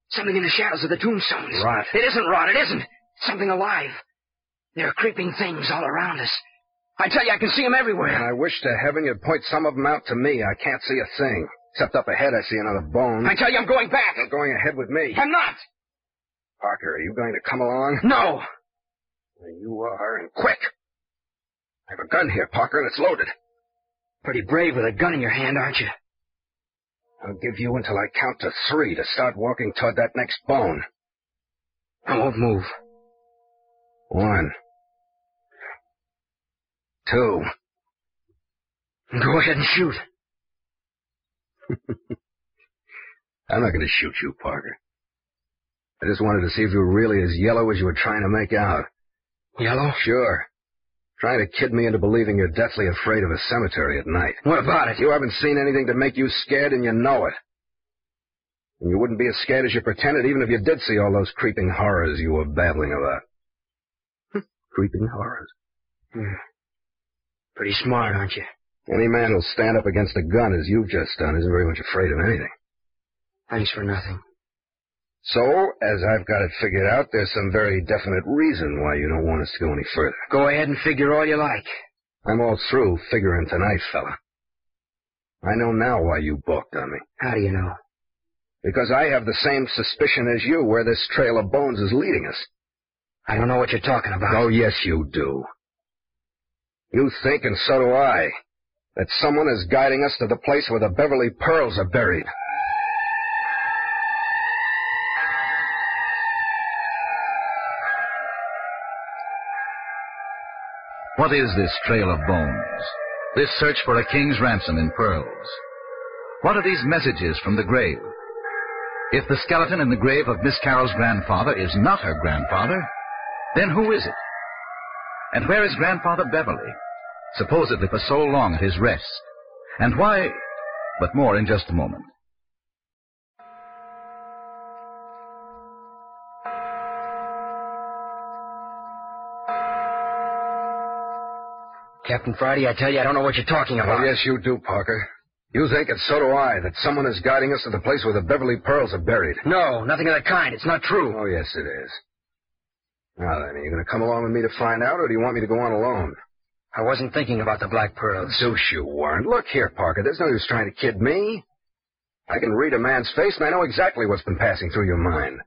S9: Something in the shadows of the tombstones.
S4: Rot.
S9: It isn't rot. It isn't. Something alive. There are creeping things all around us. I tell you, I can see them
S4: And
S9: everywhere.
S4: I wish to heaven you'd point some of them out to me. I can't see a thing. Except up ahead, I see another bone.
S9: I tell you, I'm going back.
S4: You're going ahead with me.
S9: I'm not.
S4: Parker, are you going to come along?
S9: No.
S4: You are, and quick. I have a gun here, Parker, and it's loaded.
S9: Pretty brave with a gun in your hand, aren't you?
S4: I'll give you until I count to three to start walking toward that next bone.
S9: I won't move.
S4: One. Two.
S9: Go ahead and shoot.
S4: I'm not going to shoot you, Parker. I just wanted to see if you were really as yellow as you were trying to make out.
S9: Yellow?
S4: Sure. Trying to kid me into believing you're deathly afraid of a cemetery at night.
S9: What about it?
S4: You haven't seen anything to make you scared, and you know it. And you wouldn't be as scared as you pretended even if you did see all those creeping horrors you were babbling about.
S9: Hmm.
S4: creeping horrors.
S9: Pretty smart, aren't you?
S4: Any man who'll stand up against a gun as you've just done isn't very much afraid of anything.
S9: Thanks for nothing.
S4: So, as I've got it figured out, there's some very definite reason why you don't want us to go any further.
S9: Go ahead and figure all you like.
S4: I'm all through figuring tonight, fella. I know now why you balked on me.
S9: How do you know?
S4: Because I have the same suspicion as you where this trail of bones is leading us.
S9: I don't know what you're talking about.
S4: Oh, yes, you do. You think, and so do I, that someone is guiding us to the place where the Beverly Pearls are buried.
S3: What is this trail of bones? This search for a king's ransom in pearls? What are these messages from the grave? If the skeleton in the grave of Miss Carroll's grandfather is not her grandfather, then who is it? And where is Grandfather Beverly, supposedly for so long at his rest? And why? But more in just a moment.
S9: Captain Friday, I tell you, I don't know what you're talking about.
S4: Oh, yes, you do, Parker. You think, and so do I, that someone is guiding us to the place where the Beverly Pearls are buried.
S9: No, nothing of the kind. It's not true.
S4: Oh, yes, it is. Now then, are you going to come along with me to find out, or do you want me to go on alone?
S9: I wasn't thinking about the Black Pearls.
S4: Zeus, you weren't. Look here, Parker. There's no use trying to kid me. I can read a man's face, and I know exactly what's been passing through your mind.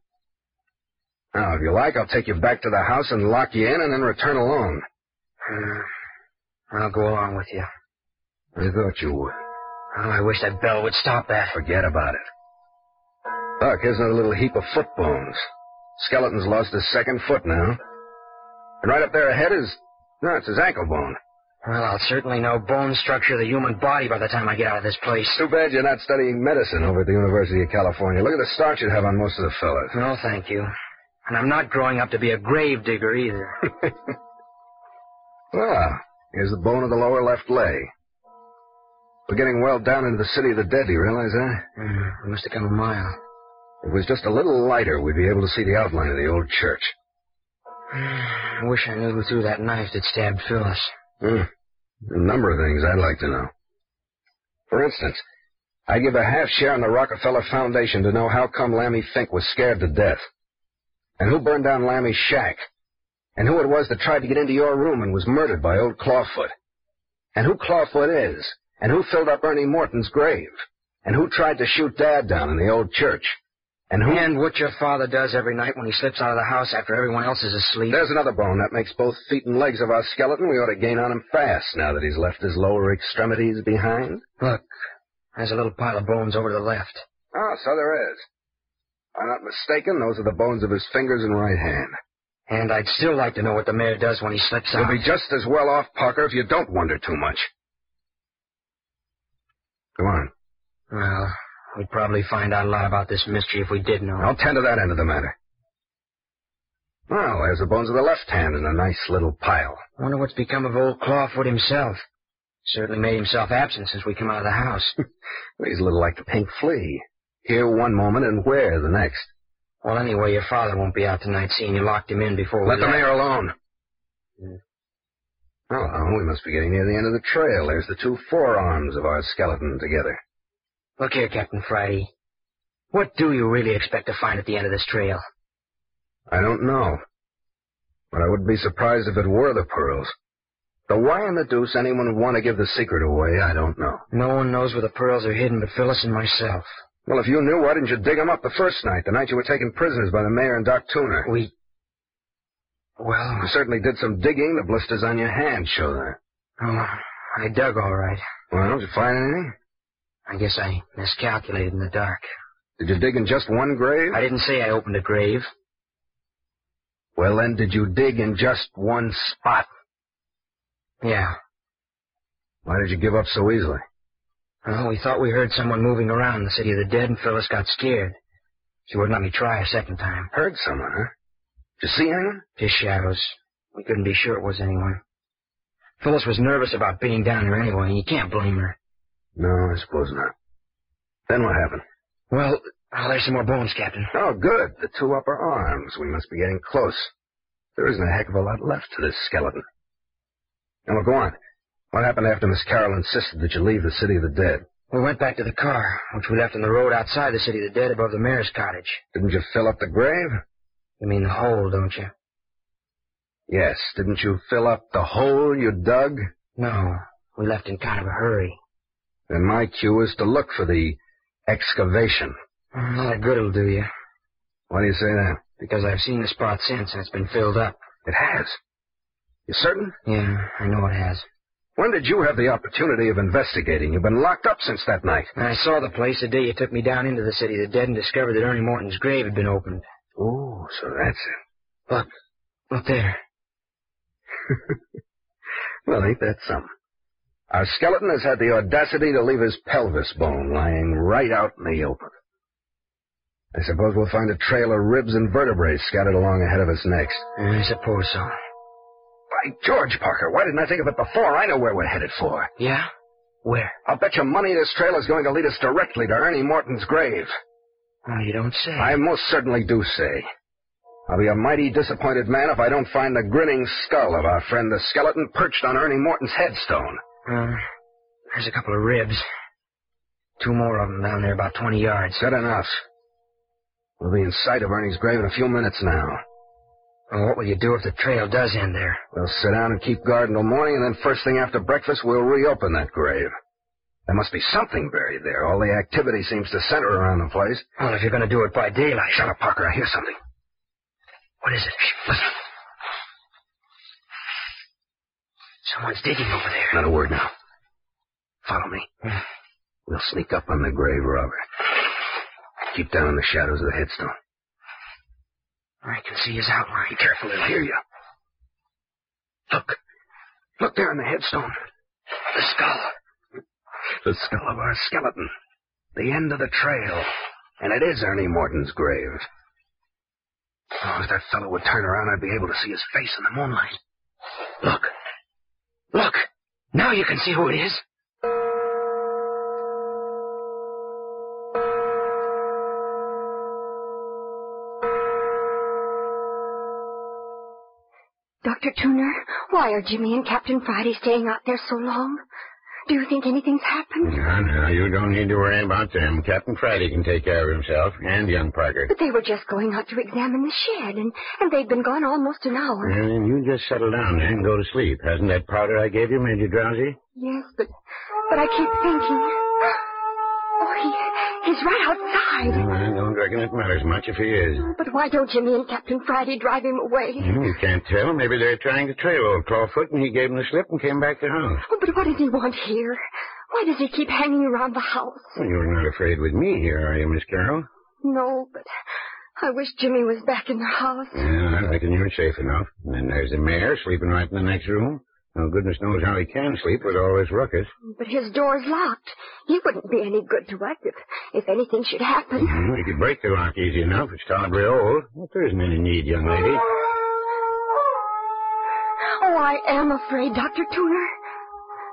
S4: Now, if you like, I'll take you back to the house and lock you in, and then return alone.
S9: Hmm. I'll go along with you.
S4: I thought you would.
S9: Oh, I wish that bell would stop that.
S4: Forget about it. Look, here's another little heap of foot bones. Skeleton's lost his second foot now. And right up there ahead is... No, it's his ankle bone.
S9: Well, I'll certainly know bone structure of the human body by the time I get out of this place.
S4: Too bad you're not studying medicine over at the University of California. Look at the starch you'd have on most of the fellas.
S9: No, thank you. And I'm not growing up to be a grave digger either.
S4: Well, here's the bone of the lower left leg. We're getting well down into the city of the dead, do you realize that?
S9: Mm, we must have come a mile.
S4: If it was just a little lighter, we'd be able to see the outline of the old church.
S9: I wish I knew who threw that knife that stabbed Phyllis.
S4: Hmm. A number of things I'd like to know. For instance, I give a half share in the Rockefeller Foundation to know how come Lammy Fink was scared to death. And who burned down Lammy's shack. And who it was that tried to get into your room and was murdered by old Clawfoot. And who Clawfoot is. And who filled up Ernie Morton's grave. And who tried to shoot Dad down in the old church. And who...
S9: And what your father does every night when he slips out of the house after everyone else is asleep.
S4: There's another bone that makes both feet and legs of our skeleton. We ought to gain on him fast now that he's left his lower extremities behind.
S9: Look, there's a little pile of bones over to the left.
S4: Ah, so there is. If I'm not mistaken, those are the bones of his fingers and right hand.
S9: And I'd still like to know what the mayor does when he slips out.
S4: You'll be just as well off, Parker, if you don't wonder too much. Come on.
S9: Well, we'd probably find out a lot about this mystery if we did know.
S4: I'll tend to that end of the matter. Well, there's the bones of the left hand in a nice little pile.
S9: Wonder what's become of old Clawfoot himself. Certainly made himself absent since we come out of the house.
S4: He's a little like the pink flea. Here one moment and where the next.
S9: well, anyway, your father won't be out tonight, seeing you locked him in before we
S4: Let the
S9: left.
S4: mayor alone. Hello, we must be getting near the end of the trail. There's the two forearms of our skeleton together.
S9: Look here, Captain Friday. What do you really expect to find at the end of this trail?
S4: I don't know. But I would be surprised if it were the pearls. Though why in the deuce anyone would want to give the secret away, I don't know.
S9: No one knows where the pearls are hidden but Phyllis and myself.
S4: Well, if you knew, why didn't you dig 'em up the first night, the night you were taken prisoners by the mayor and Doc Tuner?
S9: We. Well,
S4: You certainly did some digging. The blisters on your hand show that.
S9: oh, I dug all right.
S4: Well, did you find anything?
S9: I guess I miscalculated in the dark.
S4: Did you dig in just one grave?
S9: I didn't say I opened a grave.
S4: Well, then, did you dig in just one spot?
S9: Yeah.
S4: Why did you give up so easily?
S9: Well, we thought we heard someone moving around the city of the dead, and Phyllis got scared. She wouldn't let me try a second time.
S4: Heard someone, huh? Did you see anyone?
S9: Just shadows. We couldn't be sure it was anyone. Phyllis was nervous about being down here anyway, and you can't blame her.
S4: No, I suppose not. Then what happened?
S9: Well, oh, there's some more bones, Captain.
S4: Oh, good. The two upper arms. We must be getting close. There isn't a heck of a lot left to this skeleton. Now, well, go on. What happened after Miss Carroll insisted that you leave the city of the dead?
S9: We went back to the car, which we left on the road outside the city of the dead above the mayor's cottage.
S4: Didn't you fill up the grave?
S9: You mean the hole, don't you?
S4: Yes. Didn't you fill up the hole you dug?
S9: No, we left in kind of a hurry.
S4: Then my cue is to look for the excavation.
S9: Mm, Not a good will do you,
S4: Why do you say that?
S9: because I've seen the spot since and it's been filled up.
S4: It has. You certain?
S9: Yeah, I know it has.
S4: When did you have the opportunity of investigating? You've been locked up since that night.
S9: I saw the place the day you took me down into the city of the dead and discovered that Ernie Morton's grave had been opened.
S4: Oh, so that's it.
S9: Look there.
S4: Well, ain't that something? Our skeleton has had the audacity to leave his pelvis bone lying right out in the open. I suppose we'll find a trail of ribs and vertebrae scattered along ahead of us next.
S9: I suppose so.
S4: By George, Parker, why didn't I think of it before? I know where we're headed for.
S9: Yeah? Where?
S4: I'll bet you money this trail is going to lead us directly to Ernie Morton's grave.
S9: Oh, you don't say.
S4: I most certainly do say. I'll be a mighty disappointed man if I don't find the grinning skull of our friend the skeleton perched on Ernie Morton's headstone.
S9: Uh, there's a couple of ribs. Two more of them down there about 20 yards.
S4: Good enough. We'll be in sight of Ernie's grave in a few minutes now.
S9: Well, what will you do if the trail does end there?
S4: We'll sit down and keep guard until morning, and then first thing after breakfast, we'll reopen that grave. There must be something buried there. All the activity seems to center around the place.
S9: Well, if you're going to do it by daylight.
S4: Shut up, Parker. I hear something.
S9: What is it? Listen. Someone's digging over there.
S4: Not a word now. Follow me. We'll sneak up on the grave robber. Keep down in the shadows of the headstone.
S9: I can see his outline.
S4: Be careful, he'll hear you. Look. Look there in the headstone. The skull. The skull of our skeleton. The end of the trail. And it is Ernie Morton's grave. Oh, if that fellow would turn around, I'd be able to see his face in the moonlight.
S9: Look. Look. Now you can see who it is.
S5: Dr. Tuner, why are Jimmy and Captain Friday staying out there so long? Do you think anything's happened?
S6: No, no, you don't need to worry about them. Captain Friday can take care of himself and young Parker.
S5: But they were just going out to examine the shed, and, and they've been gone almost an hour.
S6: Well, then you just settle down there and go to sleep. Hasn't that powder I gave you made you drowsy?
S5: Yes, but but I keep thinking. Oh, he, he's right outside.
S6: Well, I don't reckon it matters much if he is.
S5: But why don't Jimmy and Captain Friday drive him away?
S6: Well, Hmm, You can't tell. Maybe they're trying to trail old Clawfoot, and he gave him the slip and came back to house.
S5: Oh, but what does he want here? Why does he keep hanging around the house?
S6: Well, you're not afraid with me here, are you, Miss Carroll?
S5: No, but I wish Jimmy was back in the house.
S6: Yeah, I reckon you're safe enough. And then there's the mayor sleeping right in the next room. Well, goodness knows how he can sleep with all this ruckus.
S5: But his door's locked. He wouldn't be any good to us if, if anything should happen.
S6: Hmm, We could break the lock easy enough. It's tolerably old. But there isn't any need, young lady.
S5: Oh, I am afraid, Dr. Tuner.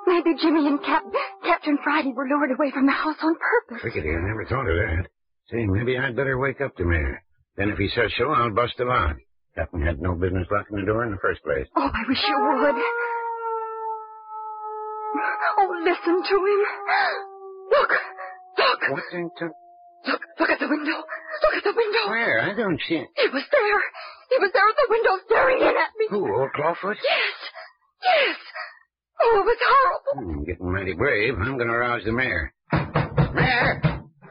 S5: Maybe Jimmy and Cap- Captain Friday were lured away from the house on purpose.
S6: Crickety, I never thought of that. Say, maybe I'd better wake up the mayor. Then if he says so, I'll bust him out. Captain had no business locking the door in the first place.
S5: Oh, I wish you would. Oh, listen to him. Look, look,
S6: What in to...
S5: look, look at the window. Look at the window.
S6: Where? I don't see it.
S5: He was there. He was there at the window staring in at me.
S6: Who, old Clawfoot?
S5: Yes, yes. Oh, it was horrible.
S6: Hmm, getting mighty brave. I'm going to rouse the mayor. Mayor!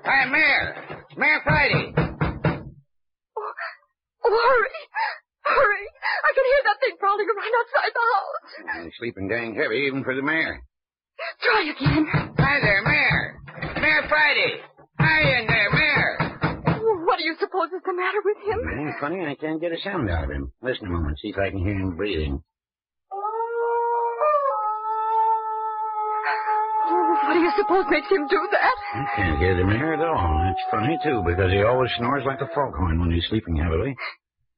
S6: Hi, Mayor! It's Mayor Friday!
S5: Oh, hurry, hurry. I can hear that thing crawling around outside the house.
S6: I'm sleeping dang heavy, even for the mayor.
S5: Try again.
S6: Hi there, Mayor! Mayor Friday! Hi in there, Mayor!
S5: What do you suppose is the matter with him?
S6: Ain't funny, I can't get a sound out of him. Listen a moment, see if I can hear him breathing.
S5: Oh, what do you suppose makes him do that?
S6: I can't hear the mayor at all. That's funny, too, because he always snores like a foghorn when he's sleeping heavily.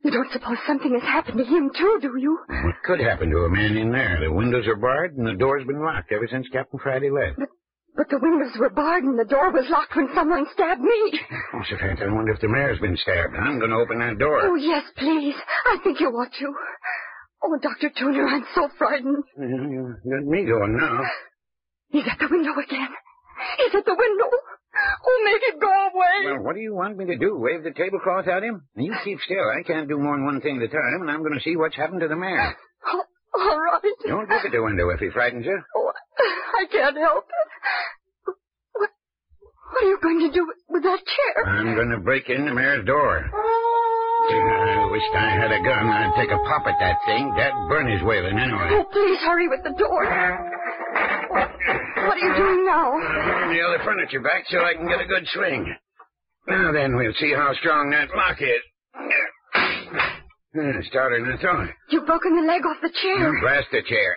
S5: You don't suppose something has happened to him, too, do you?
S6: What could happen to a man in there? The windows are barred and the door's been locked ever since Captain Friday left.
S5: But the windows were barred and the door was locked when someone stabbed me.
S6: What's the fact? I wonder if the mayor's been stabbed. I'm going to open that
S5: Oh,
S6: door.
S5: yes, please. I think you ought to. Oh, Dr. Tuner, I'm so frightened.
S6: Well, You got me going now.
S5: He's at the window again. He's at the window. Oh, make it go away.
S6: Well, what do you want me to do? Wave the tablecloth at him? You keep still. I can't do more than one thing at a time, and I'm going to see what's happened to the mayor.
S5: Oh, all right.
S6: Don't look at the window if he frightens you.
S5: Oh, I can't help it. What, what are you going to do with that chair?
S6: I'm going to break in the mayor's door. I wished I had a gun. I'd take a pop at that thing. That Bernie's wailing anyway.
S5: Oh, please hurry with the door. What are you doing now?
S6: Bring the other furniture back so I can get a good swing. Now then, we'll see how strong that lock is. Yeah, Starter in the throat.
S5: You've broken the leg off the chair.
S6: Blast the chair.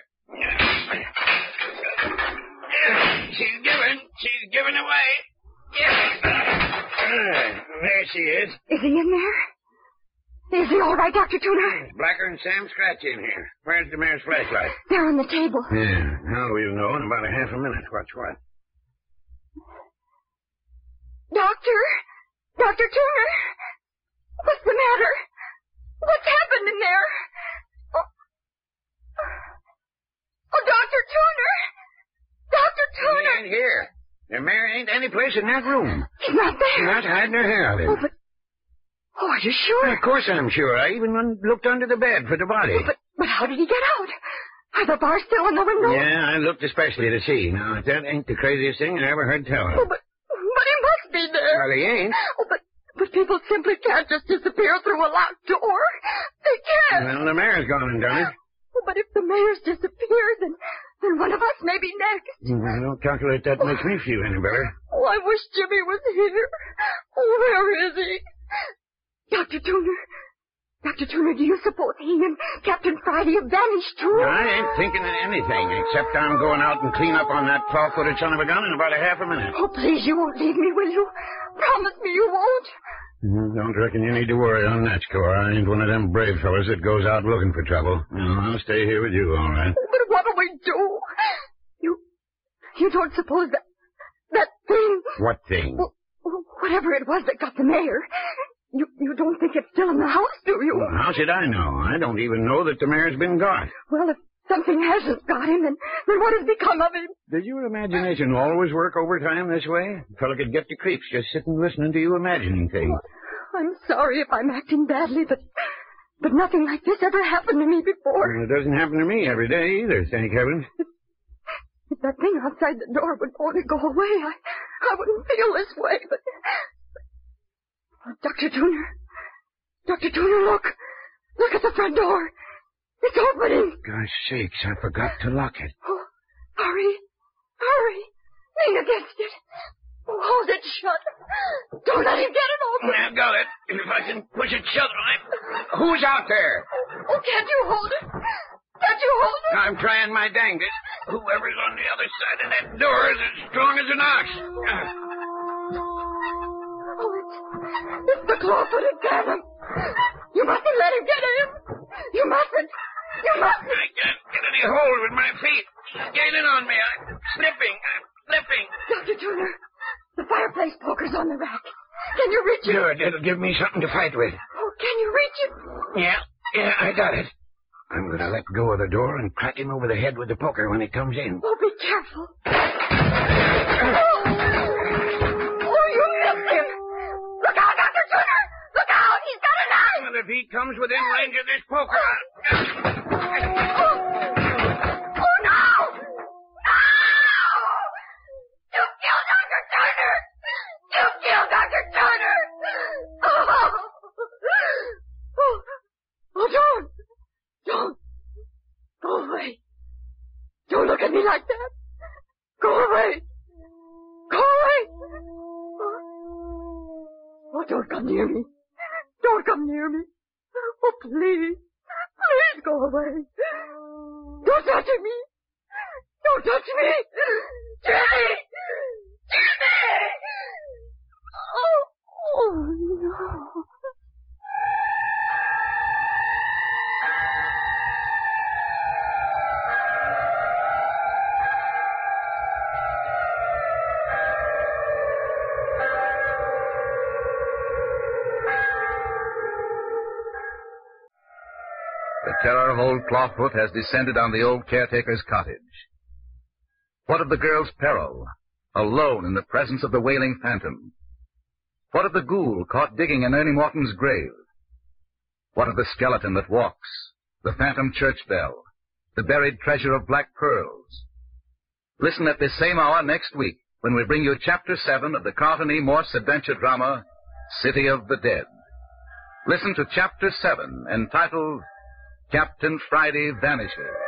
S6: She's giving. She's giving away. There she is.
S5: Is he in there? Is he all right, Dr. Tuner?
S6: Blacker and Sam Scratch in here. Where's the mayor's flashlight?
S5: They're on the table.
S6: Yeah, now we'll know in about a half a minute. Watch what.
S5: Doctor? Dr. Tuner? What's the matter? What's happened in there? Oh, oh Dr. Tuner! Dr. Tuner!
S6: He ain't here. The mayor ain't any place in that room.
S5: He's not there.
S6: She's not hiding her hair out of
S5: Oh,
S6: him.
S5: but... Oh, are you sure?
S6: Of course I'm sure. I even un- looked under the bed for the body.
S5: But, but how did he get out? Are the bars still on the window?
S6: Yeah, I looked especially to see. Now, if that ain't the craziest thing I ever heard tell
S5: Oh,
S6: of.
S5: but, but he must be there.
S6: Well, he ain't.
S5: Oh, but, but people simply can't just disappear through a locked door. They can't.
S6: Well, the mayor's gone and done it.
S5: Oh, but if the mayor's disappeared, then, then one of us may be next.
S6: Mm, I don't calculate that makes me feel any better.
S5: Oh, I wish Jimmy was here. Oh, where is he? Dr. Tuner. Dr. Tuner, do you suppose he and Captain Friday have vanished too?
S6: I ain't thinking of anything except I'm going out and clean up on that claw-footed son of a gun in about a half a minute.
S5: Oh, please, you won't leave me, will you? Promise me you won't.
S6: Mm, Don't reckon you need to worry on that score. I ain't one of them brave fellas that goes out looking for trouble. No, I'll stay here with you, all right.
S5: Oh, but what'll we do? You, you don't suppose that, that thing,
S6: What thing?
S5: wh- wh- whatever it was that got the mayor, you, you don't think it's still in the house, do you?
S6: Well, How should I know? I don't even know that the mayor's been got.
S5: Well, if something hasn't got him, then, then what has become of him?
S6: Does your imagination always work overtime this way? A fella could get the creeps just sitting listening to you imagining things.
S5: I'm sorry if I'm acting badly, but but nothing like this ever happened to me before.
S6: Well, it doesn't happen to me every day either, thank heaven.
S5: If that thing outside the door would only go away, I I wouldn't feel this way. But Oh, Dr. Tuner, Dr. Tuner, look, look at the front door. It's opening.
S6: Gosh sakes, I forgot to lock it.
S5: Oh, hurry, hurry, lean against it. Oh, hold it shut. Don't let him get it open.
S6: I've got it. If I can push it shut, I... Who's out there?
S5: Oh, can't you hold it? Can't you hold it?
S6: I'm trying my dangest. Whoever's on the other side of that door is as strong as an ox. Uh,
S5: Oh, it's, it's the claw-footed phantom. You mustn't let him get in. You mustn't. You mustn't.
S6: I can't get any hold with my feet. Gaining on me. I'm slipping. I'm slipping.
S5: Dr. Turner, the fireplace poker's on the rack. Can you reach it?
S6: Good. It'll give me something to fight with.
S5: Oh, can you reach it?
S6: Yeah. Yeah, I got it. I'm going to let go of the door and crack him over the head with the poker when he comes in.
S5: Oh, be careful. Oh, oh you missed him. Look out, Dr. Turner. Look out. He's got a knife.
S6: And if he comes within range of this poker, I'll...
S5: Oh, oh no. No. You killed Dr. Turner. You killed Dr. Turner. Oh. Oh, oh don't. Don't. Go away. Don't look at me like that. Go away. Go away. Oh, Oh, don't come near me. Don't come near me. Oh, please. Please go away. Don't touch me. Don't touch me. Jimmy! Jimmy! Oh, oh no.
S3: The terror of old Clawfoot has descended on the old caretaker's cottage. What of the girl's peril, alone in the presence of the wailing phantom? What of the ghoul caught digging in Ernie Morton's grave? What of the skeleton that walks, the phantom church bell, the buried treasure of black pearls? Listen at this same hour next week when we bring you Chapter 7 of the Carlton E. Morse adventure drama, City of the Dead. Listen to Chapter 7, entitled Captain Friday Vanishes.